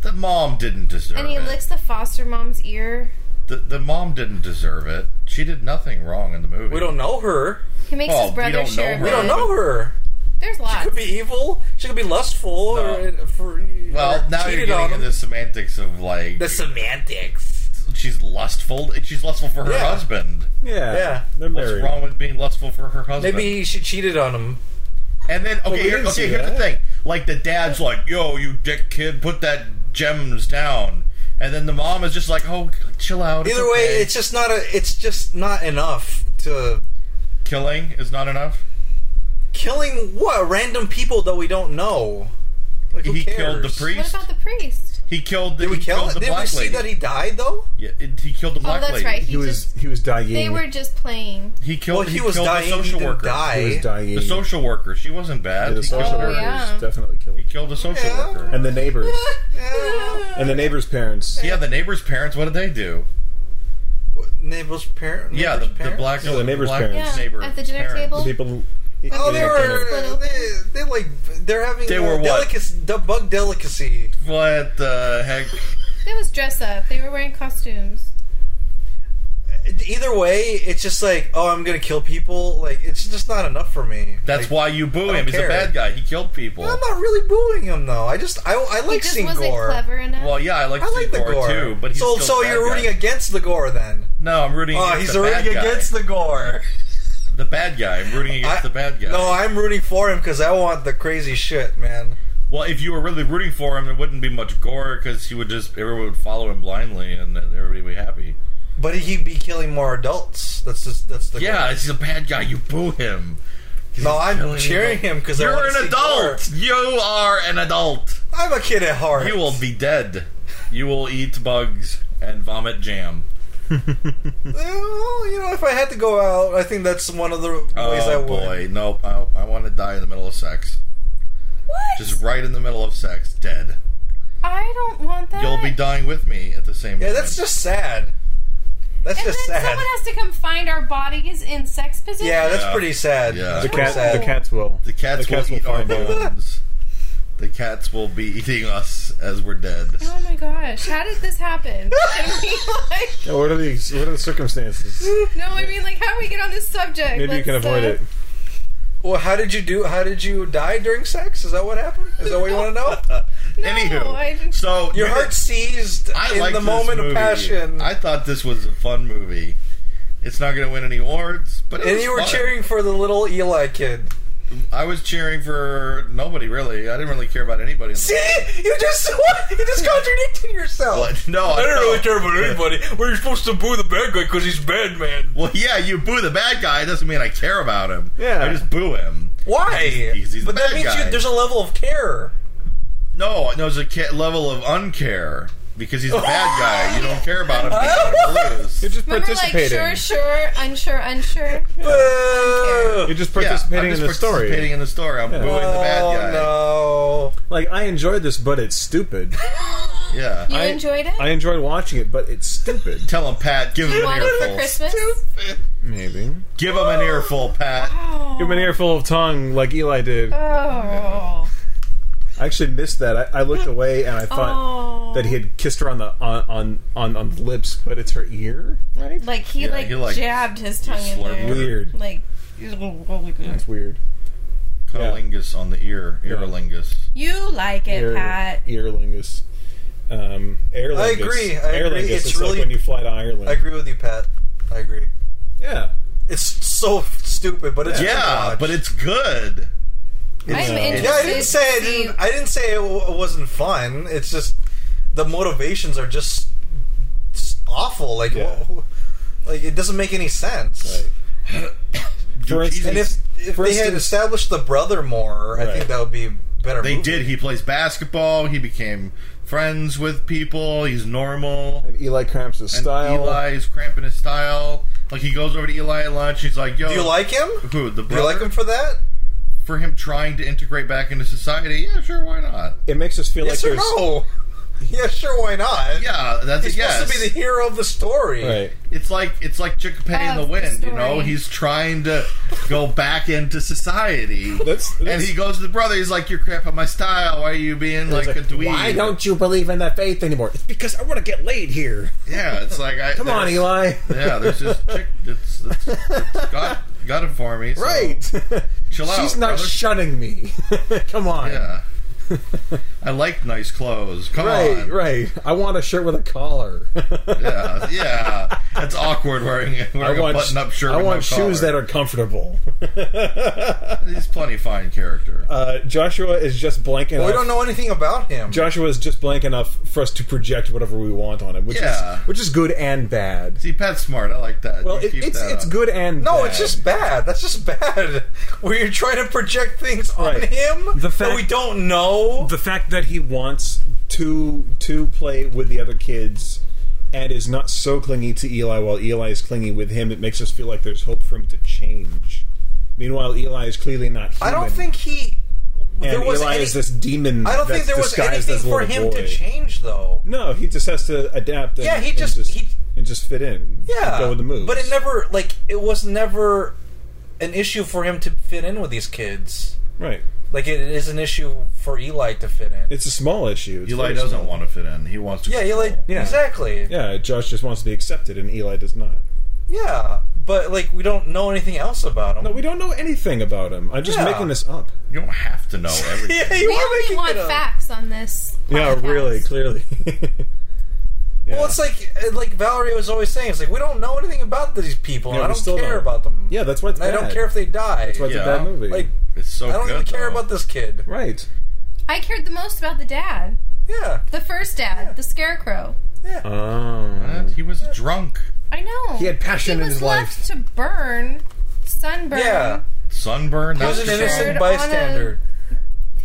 Speaker 1: The mom didn't deserve
Speaker 4: And he
Speaker 1: it.
Speaker 4: licks the foster mom's ear.
Speaker 1: the, the mom didn't deserve it. She did nothing wrong in the movie.
Speaker 3: We don't know her.
Speaker 4: He makes
Speaker 1: Well,
Speaker 4: his
Speaker 1: we
Speaker 4: brother
Speaker 1: don't
Speaker 4: share.
Speaker 1: know her.
Speaker 3: Oh,
Speaker 4: of
Speaker 3: We
Speaker 4: it.
Speaker 3: don't know her.
Speaker 4: There's lots.
Speaker 3: Could be evil. She could be lustful or, uh, for
Speaker 1: Well,
Speaker 3: or
Speaker 1: now you're
Speaker 3: cheated
Speaker 1: getting
Speaker 3: on
Speaker 1: into
Speaker 3: him.
Speaker 1: the semantics of like
Speaker 3: the semantics.
Speaker 1: she's lustful. She's lustful for her
Speaker 3: Yeah.
Speaker 1: husband.
Speaker 5: Yeah.
Speaker 3: Yeah.
Speaker 5: They're
Speaker 1: What's
Speaker 5: married.
Speaker 1: wrong with being lustful for her husband?
Speaker 3: Maybe she cheated on him.
Speaker 1: And then okay,
Speaker 5: we
Speaker 1: here,
Speaker 5: didn't
Speaker 1: okay.
Speaker 5: see
Speaker 1: Here's the
Speaker 5: that.
Speaker 1: thing: like the dad's like, "Yo, you dick kid, put that gems down." And then the mom is just like, "Oh, chill out."
Speaker 3: Either way,
Speaker 1: okay."
Speaker 3: it's just not a. It's just not enough to
Speaker 1: killing is not enough.
Speaker 3: killing what random people that we don't know. Like, who
Speaker 1: he
Speaker 3: cares?
Speaker 1: killed the
Speaker 4: What
Speaker 1: priest.
Speaker 4: about the priest?
Speaker 1: He killed the.
Speaker 3: Did we
Speaker 1: he
Speaker 3: kill
Speaker 1: killed
Speaker 3: it?
Speaker 1: the
Speaker 3: Did we
Speaker 1: black
Speaker 3: see
Speaker 1: lady.
Speaker 3: that he died though?
Speaker 1: Yeah, it- he killed the
Speaker 4: Oh,
Speaker 1: black
Speaker 4: that's
Speaker 1: lady.
Speaker 4: right. He,
Speaker 5: He was
Speaker 4: just.
Speaker 5: he was dying.
Speaker 4: They were just playing.
Speaker 1: He killed.
Speaker 3: Well, he, was
Speaker 1: killed
Speaker 3: dying.
Speaker 1: The
Speaker 3: He
Speaker 1: social
Speaker 3: didn't
Speaker 1: worker.
Speaker 3: die.
Speaker 5: he was
Speaker 3: *laughs*
Speaker 5: dying.
Speaker 1: The social worker. She wasn't bad.
Speaker 5: Yeah, the
Speaker 1: he,
Speaker 5: social
Speaker 1: killed
Speaker 4: Oh,
Speaker 5: workers
Speaker 4: yeah.
Speaker 1: her.
Speaker 5: definitely killed.
Speaker 1: he killed the social
Speaker 3: Yeah.
Speaker 1: worker.
Speaker 5: And the
Speaker 4: *laughs*
Speaker 5: neighbors. and the neighbors' parents.
Speaker 1: yeah, the neighbor's parents. What did they do?
Speaker 3: Neighbor's parent.
Speaker 1: Yeah, the,
Speaker 3: neighbor's
Speaker 1: the
Speaker 3: parents?
Speaker 1: black.
Speaker 5: Yeah, the neighbor's
Speaker 1: black
Speaker 5: parents.
Speaker 4: Yeah,
Speaker 1: neighbor
Speaker 4: at the dinner
Speaker 1: parents.
Speaker 4: table.
Speaker 5: People.
Speaker 3: Oh,
Speaker 5: eating
Speaker 3: they
Speaker 5: dinner.
Speaker 3: were they, they like they're having
Speaker 1: They were
Speaker 3: uh,
Speaker 1: what?
Speaker 3: delicac- the bug delicacy.
Speaker 1: What the heck?
Speaker 4: It was dress up. They were wearing costumes.
Speaker 3: Either way, it's just like oh, I'm gonna kill people. Like it's just not enough for me.
Speaker 1: That's
Speaker 3: Like,
Speaker 1: why you boo
Speaker 3: I
Speaker 1: him.
Speaker 3: don't
Speaker 1: He's a
Speaker 3: care.
Speaker 1: bad guy. He killed people.
Speaker 3: I'm not really booing him though. I just I, I
Speaker 4: He
Speaker 3: like
Speaker 4: just
Speaker 3: seeing
Speaker 4: wasn't
Speaker 3: gore.
Speaker 4: clever enough.
Speaker 1: Well, yeah, I like,
Speaker 3: I like the gore,
Speaker 1: gore too, but he's
Speaker 3: so
Speaker 1: still
Speaker 3: so
Speaker 1: a bad
Speaker 3: you're rooting
Speaker 1: guy.
Speaker 3: against the gore then.
Speaker 1: No, I'm rooting.
Speaker 3: Oh,
Speaker 1: against
Speaker 3: he's
Speaker 1: the
Speaker 3: rooting
Speaker 1: bad guy.
Speaker 3: against the gore.
Speaker 1: the bad guy. I'm rooting against
Speaker 3: I-
Speaker 1: the bad guy.
Speaker 3: No, I'm rooting for him because I want the crazy shit, man.
Speaker 1: Well, if you were really rooting for him, it wouldn't be much gore because he would just everyone would follow him blindly, and then everybody would be happy.
Speaker 3: But he'd be killing more adults. That's just that's the
Speaker 1: Yeah, he's a bad guy. You boo him.
Speaker 3: No, I'm
Speaker 1: killing
Speaker 3: cheering him because I
Speaker 1: You're
Speaker 3: want to
Speaker 1: an
Speaker 3: see gore.
Speaker 1: adult. You are an adult.
Speaker 3: I'm a kid at heart.
Speaker 1: You will be dead. You will eat bugs and vomit jam.
Speaker 3: Eh, well, you know, if I had to go out, I think that's one of the ways I
Speaker 1: Oh
Speaker 3: would.
Speaker 1: boy, nope. I, I want to die in the middle of sex.
Speaker 4: What?
Speaker 1: Just right in the middle of sex, dead.
Speaker 4: I don't want that.
Speaker 1: You'll be dying with me at the same.
Speaker 3: Yeah,
Speaker 1: moment.
Speaker 3: that's just sad. That's
Speaker 4: And then
Speaker 3: just sad.
Speaker 4: someone has to come find our bodies in sex position.
Speaker 3: Yeah, that's
Speaker 1: Yeah.
Speaker 3: pretty sad.
Speaker 1: Yeah.
Speaker 3: That's
Speaker 5: The
Speaker 3: pretty
Speaker 5: cat.
Speaker 3: sad.
Speaker 5: The cats will.
Speaker 1: The cats,
Speaker 5: The cats
Speaker 1: will
Speaker 5: will
Speaker 1: eat our
Speaker 5: find out.
Speaker 1: bones. the cats will be eating us as we're dead.
Speaker 4: Oh my gosh! How did this happen?
Speaker 3: *laughs*
Speaker 4: I mean, like,
Speaker 5: Yeah, what are the What are the circumstances?
Speaker 4: no, I mean, like, how do we get on this subject?
Speaker 5: Maybe you
Speaker 4: Let's,
Speaker 5: can avoid
Speaker 4: uh,
Speaker 5: it.
Speaker 3: Well, how did you do? How did you die during sex? Is that what happened? Is that what you want to know?
Speaker 1: *laughs*
Speaker 4: No, I
Speaker 1: Anywho,
Speaker 4: didn't-
Speaker 1: so
Speaker 3: Your
Speaker 1: you-
Speaker 3: heart seized
Speaker 1: I
Speaker 3: in
Speaker 1: liked
Speaker 3: the
Speaker 1: this
Speaker 3: moment of
Speaker 1: movie.
Speaker 3: passion,
Speaker 1: I thought this was a fun movie. It's not going to win any awards, but it
Speaker 3: and
Speaker 1: was
Speaker 3: you were
Speaker 1: fun.
Speaker 3: cheering for the little Eli kid.
Speaker 1: I was cheering for nobody really. I didn't really care about anybody. In the
Speaker 3: See, you just *laughs* you just contradicted yourself.
Speaker 1: What? No, I
Speaker 3: don't
Speaker 1: know.
Speaker 3: really care about anybody. We're supposed to boo the bad guy because he's bad, man.
Speaker 1: Well, yeah, you boo the bad guy. It doesn't mean I care about him.
Speaker 5: Yeah.
Speaker 1: I just boo him.
Speaker 3: Why?
Speaker 1: he's- he's the
Speaker 3: but that
Speaker 1: bad
Speaker 3: means
Speaker 1: guy.
Speaker 3: You, there's a level of care.
Speaker 1: No, no, there's a ca- level of uncare. because he's a
Speaker 3: *laughs*
Speaker 1: bad guy. You don't care about him. He's gonna lose.
Speaker 5: You're just
Speaker 4: Remember, like
Speaker 5: participating.
Speaker 4: sure, sure, unsure, unsure.
Speaker 5: You're just
Speaker 1: Yeah, I'm
Speaker 5: participating
Speaker 1: just
Speaker 5: in the story.
Speaker 1: participating in the story. I'm booing the bad guy.
Speaker 3: Oh,
Speaker 5: Like I enjoyed this, but it's stupid.
Speaker 1: Yeah.
Speaker 4: You enjoyed it.
Speaker 5: I enjoyed watching it, but it's stupid.
Speaker 1: Tell him, Pat. Give him
Speaker 4: you
Speaker 1: an
Speaker 4: want it for
Speaker 1: earful.
Speaker 4: Christmas?
Speaker 5: Maybe
Speaker 1: Give him an earful, Pat.
Speaker 5: give him an earful of tongue like Eli did.
Speaker 4: Oh.
Speaker 5: I actually missed that. I, I looked away and I thought
Speaker 4: Oh.
Speaker 5: that he had kissed her on the on on on, on the lips, but it's her ear. Right?
Speaker 4: Like he,
Speaker 1: Yeah,
Speaker 4: like,
Speaker 1: he, like,
Speaker 4: jabbed his tongue in
Speaker 1: slurped
Speaker 4: there.
Speaker 1: it.
Speaker 5: Weird.
Speaker 4: Like
Speaker 5: That's weird.
Speaker 1: Cunnilingus on the ear. Earlingus.
Speaker 4: you like it,
Speaker 5: Ear,
Speaker 4: Pat.
Speaker 5: earlingus. Um, airlingus.
Speaker 3: I agree, I agree.
Speaker 5: Airlingus.
Speaker 3: It's
Speaker 5: It's,
Speaker 3: really-
Speaker 5: like when you fly to Ireland.
Speaker 3: I agree with you, Pat. I agree.
Speaker 5: Yeah.
Speaker 3: It's so f- stupid, but it's fun to
Speaker 1: Yeah,
Speaker 3: watch.
Speaker 1: but it's good.
Speaker 4: I'm interested.
Speaker 3: yeah. I didn't say I
Speaker 4: to see-
Speaker 3: didn't. I didn't say it, w- it wasn't fun. It's just the motivations are just s- awful. Like,
Speaker 5: Yeah.
Speaker 3: wh- wh- like it doesn't make any sense.
Speaker 5: For
Speaker 3: And
Speaker 5: instance,
Speaker 3: if if
Speaker 5: For
Speaker 3: they had
Speaker 5: instance-
Speaker 3: established the brother more, I
Speaker 5: Right.
Speaker 3: think that would be better.
Speaker 1: They
Speaker 3: movie.
Speaker 1: did. He plays basketball. He became friends with people. He's normal.
Speaker 5: Eli cramps his
Speaker 1: And
Speaker 5: style.
Speaker 1: Eli's cramping his style. Like he goes over to Eli at lunch. He's like, "Yo,
Speaker 3: Do you like him?
Speaker 1: who the
Speaker 3: Do
Speaker 1: brother
Speaker 3: you like him for that?
Speaker 1: for him trying to integrate back into society? Yeah, sure, why not?
Speaker 5: it makes us feel
Speaker 3: Yes
Speaker 5: like
Speaker 3: or
Speaker 5: there's
Speaker 3: no? *laughs* yeah, sure. Why not?
Speaker 1: Yeah, that's
Speaker 3: He's
Speaker 1: a yes.
Speaker 3: supposed to be the hero of the story.
Speaker 5: right.
Speaker 1: it's like it's like Chickapee in
Speaker 4: Of
Speaker 1: the
Speaker 4: the
Speaker 1: wind. you know,
Speaker 4: story.
Speaker 1: he's trying to go back into society.
Speaker 5: That's,
Speaker 1: and he goes to the brother. He's like, "You're cramping my style. Why are you being like, a dweeb?"
Speaker 5: Why don't you believe in that faith anymore? It's because I want to get laid here.
Speaker 1: Yeah, it's like, I,
Speaker 5: Come on,
Speaker 1: there's-
Speaker 5: Eli.
Speaker 1: *laughs* Yeah, there's
Speaker 5: *laughs*
Speaker 1: just chick. It's, it's, it's got got it for me. so
Speaker 5: Right. *laughs*
Speaker 1: chill out.
Speaker 5: She's not
Speaker 1: brother.
Speaker 5: shunning me. *laughs* Come on.
Speaker 1: Yeah. I like nice clothes. Come
Speaker 5: Right,
Speaker 1: on.
Speaker 5: right. I want a shirt with a collar. *laughs*
Speaker 1: Yeah, yeah. It's awkward wearing,
Speaker 5: I
Speaker 1: wearing a
Speaker 5: want
Speaker 1: button up shirt.
Speaker 5: I
Speaker 1: with
Speaker 5: want
Speaker 1: no
Speaker 5: shoes that
Speaker 1: collar. *laughs*
Speaker 5: are comfortable.
Speaker 1: He's plenty fine character.
Speaker 5: Uh, Joshua is just blank enough.
Speaker 3: We don't know anything about him.
Speaker 5: Joshua is just blank enough for us to project whatever we want on him, which
Speaker 1: Yeah.
Speaker 5: is which is good and bad.
Speaker 1: See, Pat's smart. I like that.
Speaker 5: Well,
Speaker 1: You
Speaker 5: it,
Speaker 1: keep
Speaker 5: it's
Speaker 1: that
Speaker 5: it's
Speaker 1: up.
Speaker 5: good and
Speaker 3: No,
Speaker 5: bad.
Speaker 3: it's just bad. That's just bad. *laughs* Where you're trying to project things on
Speaker 5: Right.
Speaker 3: him
Speaker 5: The fact-
Speaker 3: that we don't know.
Speaker 5: the fact that he wants to to play with the other kids and is not so clingy to Eli while Eli is clingy with him, it makes us feel like there's hope for him to change. Meanwhile, Eli is clearly not.
Speaker 3: I
Speaker 5: Human,
Speaker 3: don't think he.
Speaker 5: and
Speaker 3: there was
Speaker 5: Eli
Speaker 3: any-
Speaker 5: is this demon.
Speaker 3: I don't think
Speaker 5: that's
Speaker 3: there was
Speaker 5: disguised
Speaker 3: anything
Speaker 5: as a
Speaker 3: for
Speaker 5: little
Speaker 3: him
Speaker 5: boy.
Speaker 3: to change, though.
Speaker 5: No, he just has to adapt. And,
Speaker 3: Yeah, he
Speaker 5: and
Speaker 3: just- he-
Speaker 5: and just fit in.
Speaker 3: Yeah,
Speaker 5: go with the moves.
Speaker 3: But it never, like, it was never an issue for him to fit in with these kids.
Speaker 5: right.
Speaker 3: Like, it is an issue for Eli to fit in.
Speaker 5: It's a small issue. It's
Speaker 1: Eli
Speaker 5: very
Speaker 1: doesn't
Speaker 5: small.
Speaker 1: want to fit in. He wants to.
Speaker 3: yeah, Eli.
Speaker 1: control.
Speaker 5: Yeah.
Speaker 3: Exactly.
Speaker 5: Yeah, Josh just wants to be accepted, and Eli does not.
Speaker 3: Yeah, but like we don't know anything else about him.
Speaker 5: No, we don't know anything about him. I'm just
Speaker 3: Yeah.
Speaker 5: making this up.
Speaker 1: You don't have to know
Speaker 5: *laughs*
Speaker 1: everything.
Speaker 3: *laughs* Yeah, you
Speaker 4: We
Speaker 3: are
Speaker 4: only
Speaker 3: making
Speaker 4: want
Speaker 3: it up.
Speaker 4: facts on this.
Speaker 5: Yeah,
Speaker 4: podcast.
Speaker 5: really, clearly.
Speaker 3: Well, it's like uh, like Valerie was always saying. It's like we don't know anything about these people.
Speaker 5: Yeah,
Speaker 3: and I
Speaker 5: we
Speaker 3: don't
Speaker 5: still
Speaker 3: care
Speaker 5: don't.
Speaker 3: about them.
Speaker 5: *laughs* yeah, that's why it's
Speaker 3: and I
Speaker 5: bad.
Speaker 3: don't care if they die.
Speaker 5: that's why it's
Speaker 1: Yeah.
Speaker 5: a bad movie.
Speaker 3: like
Speaker 1: It's so
Speaker 3: I don't
Speaker 1: good.
Speaker 3: even care
Speaker 1: though.
Speaker 3: about this kid.
Speaker 5: right.
Speaker 4: I cared the most about the dad,
Speaker 3: Yeah,
Speaker 4: the first dad, the scarecrow.
Speaker 5: Oh.
Speaker 1: What? He was drunk.
Speaker 4: I know
Speaker 5: He had passion
Speaker 4: He
Speaker 5: in
Speaker 4: was
Speaker 5: his life.
Speaker 4: left to burn, sunburn.
Speaker 3: yeah.
Speaker 1: Sunburn.
Speaker 3: He was
Speaker 1: That's
Speaker 3: an
Speaker 1: for sure.
Speaker 4: on
Speaker 3: innocent
Speaker 4: a-
Speaker 3: bystander.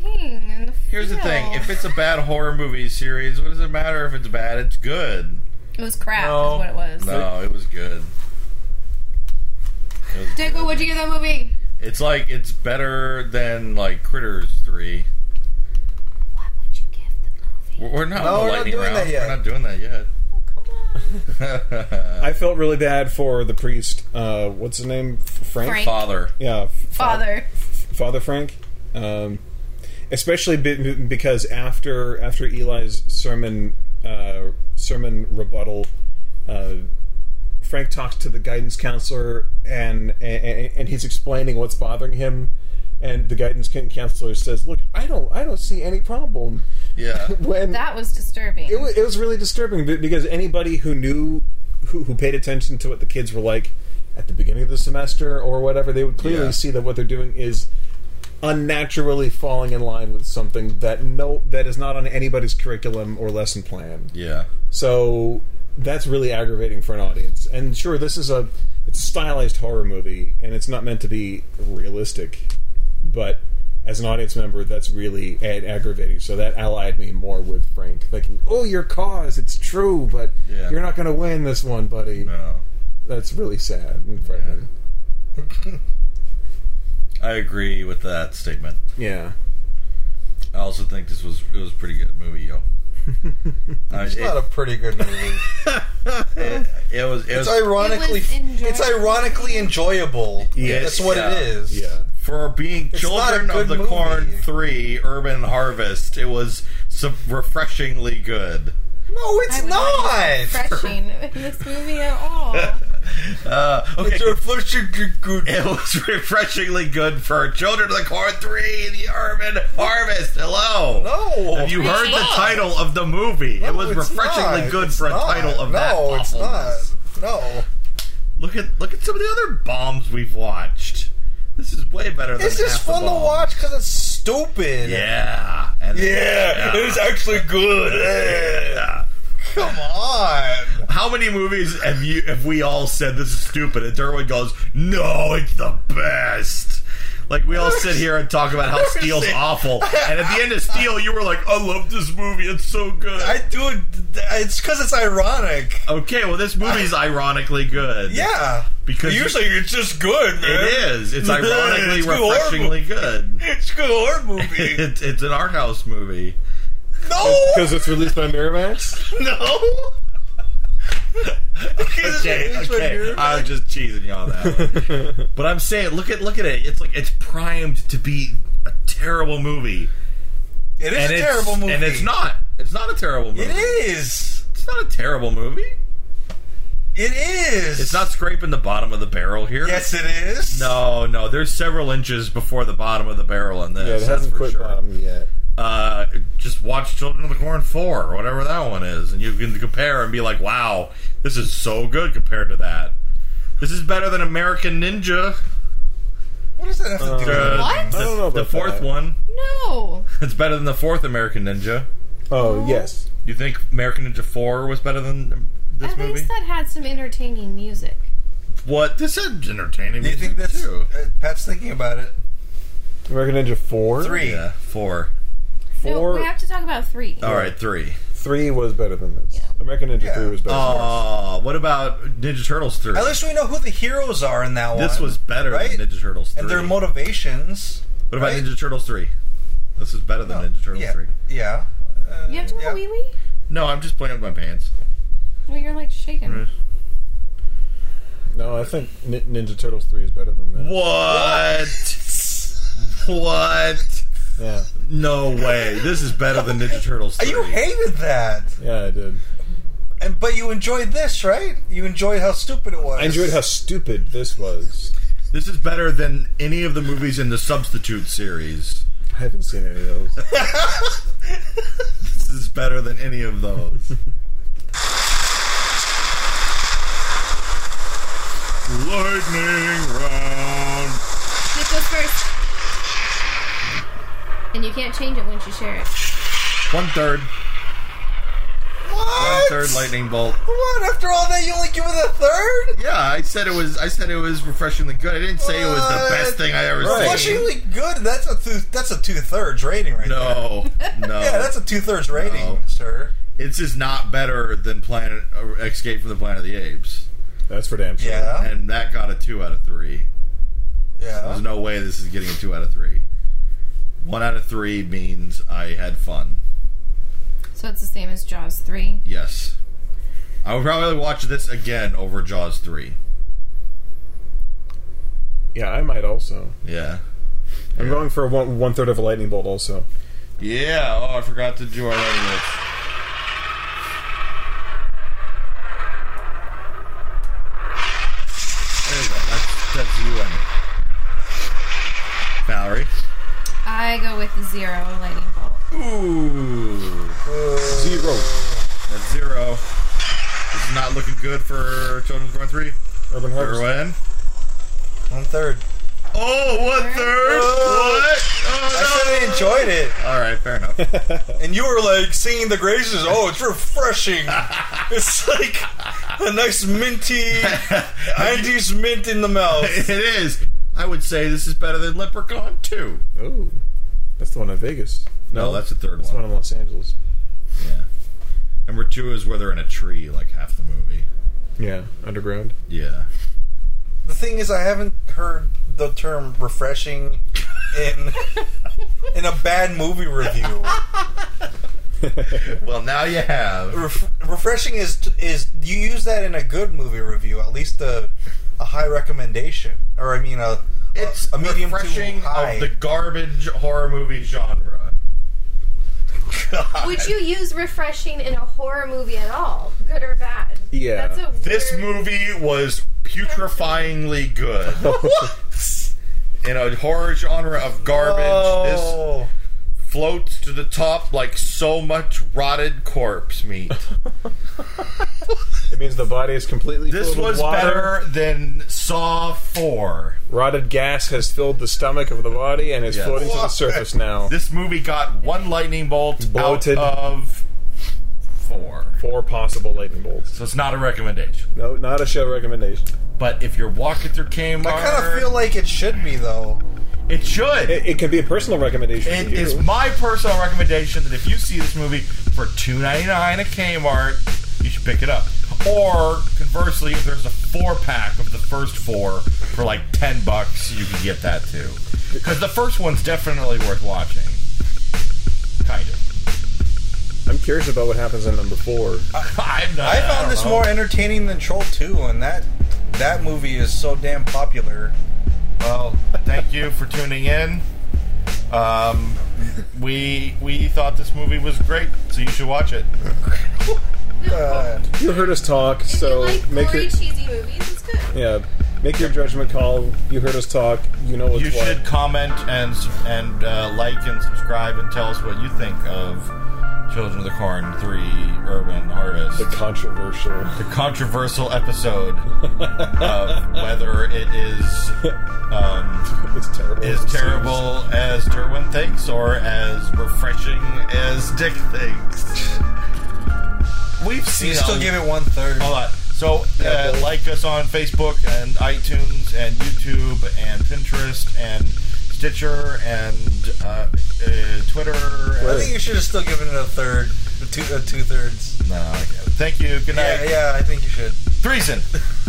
Speaker 4: Thing in the
Speaker 1: Here's the
Speaker 4: field.
Speaker 1: thing: if it's a bad horror movie series, what does it matter if it's bad? It's good.
Speaker 4: it was crap,
Speaker 3: No.
Speaker 4: is what it was.
Speaker 1: No, it was good. It was
Speaker 4: Diggle,
Speaker 1: good.
Speaker 4: what'd you give that movie?
Speaker 1: It's like it's better than like Critters Three.
Speaker 4: What would you give the movie?
Speaker 1: We're we're not
Speaker 3: No,
Speaker 1: on the
Speaker 3: we're not
Speaker 1: lightning
Speaker 3: doing
Speaker 1: round.
Speaker 3: that yet.
Speaker 1: We're not doing that yet.
Speaker 4: Oh, come on,
Speaker 5: I felt really bad for the priest. Uh, what's his name? F- Frank.
Speaker 1: *laughs*
Speaker 4: Frank.
Speaker 1: Father.
Speaker 5: Yeah, F-
Speaker 4: *laughs* father.
Speaker 5: Father Frank. Um, especially be- because after after Eli's sermon uh, sermon rebuttal, uh, Frank talks to the guidance counselor and, and and he's explaining what's bothering him, and the guidance counselor says, "Look, I don't I don't see any problem."
Speaker 1: Yeah.
Speaker 5: When
Speaker 4: That was disturbing.
Speaker 5: it was, it was really disturbing be- because anybody who knew who, who paid attention to what the kids were like at the beginning of the semester or whatever they would clearly
Speaker 1: Yeah.
Speaker 5: see that what they're doing is unnaturally falling in line with something that no that is not on anybody's curriculum or lesson plan
Speaker 1: Yeah.
Speaker 5: so that's really aggravating for an audience and sure this is a it's a stylized horror movie and it's not meant to be realistic but as an audience member, that's really ad- aggravating. So that allied me more with Frank, thinking, "Oh, your cause, it's true, but
Speaker 1: Yeah.
Speaker 5: you're not going to win this one, buddy."
Speaker 1: No.
Speaker 5: That's really sad and frightening.
Speaker 1: I agree with that statement.
Speaker 5: Yeah.
Speaker 1: I also think this was it was a pretty good movie,
Speaker 3: *laughs*
Speaker 1: yo. I mean,
Speaker 3: It's not a
Speaker 1: it,
Speaker 3: pretty good movie.
Speaker 1: it was it
Speaker 3: It's
Speaker 1: was
Speaker 3: ironically,
Speaker 4: It was
Speaker 3: it's ironically enjoyable.
Speaker 1: Yes.
Speaker 3: that's what
Speaker 1: Yeah.
Speaker 3: it is.
Speaker 5: Yeah.
Speaker 1: for being
Speaker 3: It's not a
Speaker 1: children of
Speaker 3: good
Speaker 1: the
Speaker 3: movie.
Speaker 1: corn three urban harvest. It was some refreshingly good.
Speaker 3: No, it's
Speaker 4: I would not
Speaker 3: not.
Speaker 4: refreshing in this
Speaker 5: *laughs*
Speaker 4: movie at all.
Speaker 1: Uh, okay,
Speaker 3: It's refreshingly good.
Speaker 1: it was refreshingly good for children of the corn three the urban harvest. Hello,
Speaker 3: No,
Speaker 1: Have you
Speaker 4: It's
Speaker 1: heard the
Speaker 4: not.
Speaker 1: title of the movie? it
Speaker 3: No,
Speaker 1: was
Speaker 3: it's
Speaker 1: refreshingly
Speaker 3: not.
Speaker 1: good
Speaker 3: It's
Speaker 1: for a
Speaker 3: not.
Speaker 1: title of
Speaker 3: no,
Speaker 1: that.
Speaker 3: it's
Speaker 1: awfulness.
Speaker 3: not. No,
Speaker 1: Look at look at some of the other bombs we've watched. This is way better than
Speaker 3: it's
Speaker 1: half
Speaker 3: just
Speaker 1: the
Speaker 3: fun to
Speaker 1: bombs.
Speaker 3: watch because it's stupid.
Speaker 1: Yeah. And
Speaker 3: Yeah, it's actually good.
Speaker 1: Yeah.
Speaker 3: Come on.
Speaker 1: How many movies have you have we all said this is stupid and Derwin goes, No, it's the best. Like we all sit here and talk
Speaker 3: *laughs*
Speaker 1: about how Steel's awful. And at the end of Steel you were like, I love this movie, it's so good.
Speaker 3: I do it. It's because it's ironic.
Speaker 1: okay, well this movie's ironically good.
Speaker 3: Yeah.
Speaker 1: Because
Speaker 3: Usually it's just good, man.
Speaker 1: it is. It's ironically
Speaker 3: *laughs* It's good horror
Speaker 1: refreshingly
Speaker 3: *laughs*
Speaker 1: good.
Speaker 3: It's a good horror movie.
Speaker 1: *laughs* It's, it's an art house movie.
Speaker 3: no!
Speaker 5: Because it's released by Miramax.
Speaker 1: *laughs* No.
Speaker 3: Because
Speaker 1: okay,
Speaker 3: it's what
Speaker 1: okay. Uh,
Speaker 3: you're-
Speaker 1: I'm just teasing you on that. One. but I'm saying, look at look at it. It's like it's primed to be a terrible movie,
Speaker 3: It is
Speaker 1: and
Speaker 3: a terrible movie.
Speaker 1: and it's not. It's not a terrible movie.
Speaker 3: It is.
Speaker 1: It's not a terrible movie.
Speaker 3: It is.
Speaker 1: It's not scraping the bottom of the barrel here.
Speaker 3: Yes, it is.
Speaker 1: No, no. There's several inches before the bottom of the barrel in this.
Speaker 5: Yeah, it
Speaker 1: that's
Speaker 5: hasn't
Speaker 1: for
Speaker 5: quit
Speaker 1: sure.
Speaker 5: bottom yet.
Speaker 1: uh, just watch Children of the Corn 4 or whatever that one is, and you can compare and be like, wow, this is so good compared to that. This is better than American Ninja.
Speaker 3: What does that have to do with
Speaker 1: Uh,
Speaker 4: What?
Speaker 1: The,
Speaker 5: I don't know
Speaker 1: the
Speaker 5: about
Speaker 1: fourth
Speaker 5: that.
Speaker 1: one.
Speaker 4: No.
Speaker 1: It's better than the fourth American Ninja.
Speaker 5: Oh yes.
Speaker 1: You think American Ninja 4 was better than this
Speaker 4: At
Speaker 1: movie?
Speaker 4: least that had some entertaining music.
Speaker 1: what? This is entertaining.
Speaker 3: Do you think
Speaker 1: music,
Speaker 3: that's.
Speaker 1: too.
Speaker 3: Uh, Pat's thinking about it.
Speaker 5: American Ninja four.
Speaker 3: Three.
Speaker 1: Yeah, 4.
Speaker 5: Four.
Speaker 4: No, we have to talk about three.
Speaker 1: All right, 3.
Speaker 5: Three was better than this. American Ninja
Speaker 3: Yeah.
Speaker 5: three was better.
Speaker 1: Oh, what about Ninja Turtles 3?
Speaker 3: At least we know who the heroes are in that one.
Speaker 1: This was better
Speaker 3: Right?
Speaker 1: than Ninja Turtles 3.
Speaker 3: And their motivations.
Speaker 1: What about
Speaker 3: Right?
Speaker 1: Ninja Turtles 3? This is better than
Speaker 3: No.
Speaker 1: Ninja Turtles
Speaker 3: yeah.
Speaker 1: 3.
Speaker 3: Yeah. Uh,
Speaker 4: You have to go
Speaker 3: yeah.
Speaker 4: wee wee?
Speaker 1: No, I'm just playing with my pants.
Speaker 4: Well, you're like shaking.
Speaker 5: than this. No, I think Nin- Ninja Turtles three is better than that.
Speaker 1: What? what?
Speaker 5: Yeah.
Speaker 1: No way. This is better than Ninja Turtles 3.
Speaker 3: You hated that,
Speaker 5: Yeah, I did.
Speaker 3: and but you enjoyed this, right? You enjoyed how stupid it was.
Speaker 5: I enjoyed how stupid this was.
Speaker 1: this is better than any of the movies in the Substitute series.
Speaker 5: I haven't seen any of those.
Speaker 1: This is better than any of those. *laughs* Lightning round.
Speaker 4: It goes first. And you can't change it once you share it.
Speaker 1: One third.
Speaker 3: what?
Speaker 1: One third lightning bolt.
Speaker 3: What? After all that, you only give it a third?
Speaker 1: Yeah, I said it was. I said it was refreshingly good. I didn't say it was the best thing I ever seen.
Speaker 3: Refreshingly good. That's a two, that's a two thirds rating right there.
Speaker 1: *laughs* No, no.
Speaker 3: Yeah, that's a two thirds rating,
Speaker 1: No.
Speaker 3: sir.
Speaker 1: it's just not better than Planet uh, Escape from the Planet of the Apes,
Speaker 5: That's for damn sure.
Speaker 3: Yeah,
Speaker 1: and that got a two out of three. There's
Speaker 3: yeah.
Speaker 1: no way this is getting a two out of three. One out of three means I had fun.
Speaker 4: So it's the same as Jaws 3.
Speaker 1: Yes, I would probably watch this again over Jaws three.
Speaker 5: Yeah, I might also.
Speaker 1: Yeah.
Speaker 5: I'm going for one one third of a lightning bolt. Also,
Speaker 1: Yeah. Oh, I forgot to do our lightning bolts. There you go. That's, that's you and Valerie.
Speaker 4: I go with zero lightning bolt.
Speaker 1: Ooh.
Speaker 5: zero.
Speaker 1: That's zero. This is not looking good for Children's Run 3.
Speaker 5: Urban
Speaker 1: Or
Speaker 5: Harvest.
Speaker 1: when?
Speaker 3: One third.
Speaker 1: Oh, one third?
Speaker 3: Oh.
Speaker 1: What?
Speaker 3: I
Speaker 1: Oh,
Speaker 3: said I enjoyed it,
Speaker 1: no. All right, fair enough. *laughs*
Speaker 3: and you were like singing the graces. Oh,
Speaker 1: *laughs*
Speaker 3: it's refreshing. it's like a nice minty,
Speaker 1: *laughs*
Speaker 3: Andes mint in the mouth.
Speaker 1: it is. I would say this is better than Leprechaun 2.
Speaker 5: Ooh. That's the one in Vegas.
Speaker 1: No, that's the third
Speaker 5: That's the
Speaker 1: one.
Speaker 5: one in Los Angeles.
Speaker 1: Yeah. Number two is where they're in a tree, like half the movie.
Speaker 5: Yeah, underground.
Speaker 1: Yeah.
Speaker 3: The thing is, I haven't heard the term refreshing *laughs* in in a bad movie review.
Speaker 1: Well, now you have.
Speaker 3: Ref- refreshing is is you use that in a good movie review, at least a a high recommendation, or I mean a
Speaker 1: It's
Speaker 3: a, a medium
Speaker 1: refreshing
Speaker 3: to high.
Speaker 1: of the garbage horror movie genre.
Speaker 4: Would you use refreshing in a horror movie at all, good or bad?
Speaker 5: Yeah.
Speaker 4: That's a weird,
Speaker 1: This movie was putrefyingly good. In a horror genre of garbage,
Speaker 3: Oh.
Speaker 1: this floats to the top like so much rotted corpse meat.
Speaker 5: It means the body is completely
Speaker 1: This
Speaker 5: filled
Speaker 1: was
Speaker 5: with water.
Speaker 1: better than Saw 4.
Speaker 5: Rotted gas has filled the stomach of the body and is
Speaker 1: Yes.
Speaker 5: floating to the surface
Speaker 1: *laughs*
Speaker 5: now.
Speaker 1: This movie got one lightning bolt
Speaker 5: Bloated.
Speaker 1: out of four.
Speaker 5: Four possible lightning bolts.
Speaker 1: So it's not a recommendation.
Speaker 5: No, not a show recommendation.
Speaker 1: But if you're walking through Kmart,
Speaker 3: I kind of feel like it should be though.
Speaker 1: it should.
Speaker 5: It, it can be a personal recommendation.
Speaker 1: It
Speaker 5: to you.
Speaker 1: is my personal recommendation that if you see this movie for two ninety nine at Kmart, you should pick it up. Or conversely, if there's a four pack of the first four for like ten bucks, you can get that too. Because the first one's definitely worth watching. Kind of.
Speaker 5: I'm curious about what happens in number four.
Speaker 1: I'm not.
Speaker 3: I found
Speaker 1: don't
Speaker 3: this
Speaker 1: know.
Speaker 3: more entertaining than Troll Two, and that that movie is so damn popular.
Speaker 1: Well, thank you for tuning in. Um, we we thought this movie was great, so you should watch it.
Speaker 3: Uh,
Speaker 5: You heard us talk,
Speaker 4: If
Speaker 5: so
Speaker 4: you like
Speaker 5: make
Speaker 4: gory,
Speaker 5: your
Speaker 4: cheesy movies, it's good.
Speaker 5: yeah, make your judgment call. You heard us talk. You know what's
Speaker 1: You
Speaker 5: what.
Speaker 1: should comment and s- and uh, like and subscribe and tell us what you think of Children of the Corn Three Urban Harvest,
Speaker 5: The controversial. *laughs*
Speaker 1: the controversial episode of whether it is um,
Speaker 5: It's terrible.
Speaker 1: is terrible as Derwin thinks or as refreshing as Dick thinks. We've seen
Speaker 3: you still
Speaker 1: a
Speaker 3: give it one third.
Speaker 1: Hold on. So,
Speaker 3: Yeah,
Speaker 1: uh,
Speaker 3: but-
Speaker 1: like us on Facebook and iTunes and YouTube and Pinterest and Stitcher and uh, uh, Twitter.
Speaker 3: I think
Speaker 1: And,
Speaker 3: you should have still given it a third, a two, a two thirds.
Speaker 1: no, I can't. Thank you. Good night.
Speaker 3: Yeah, yeah, I think you should.
Speaker 1: Threeson.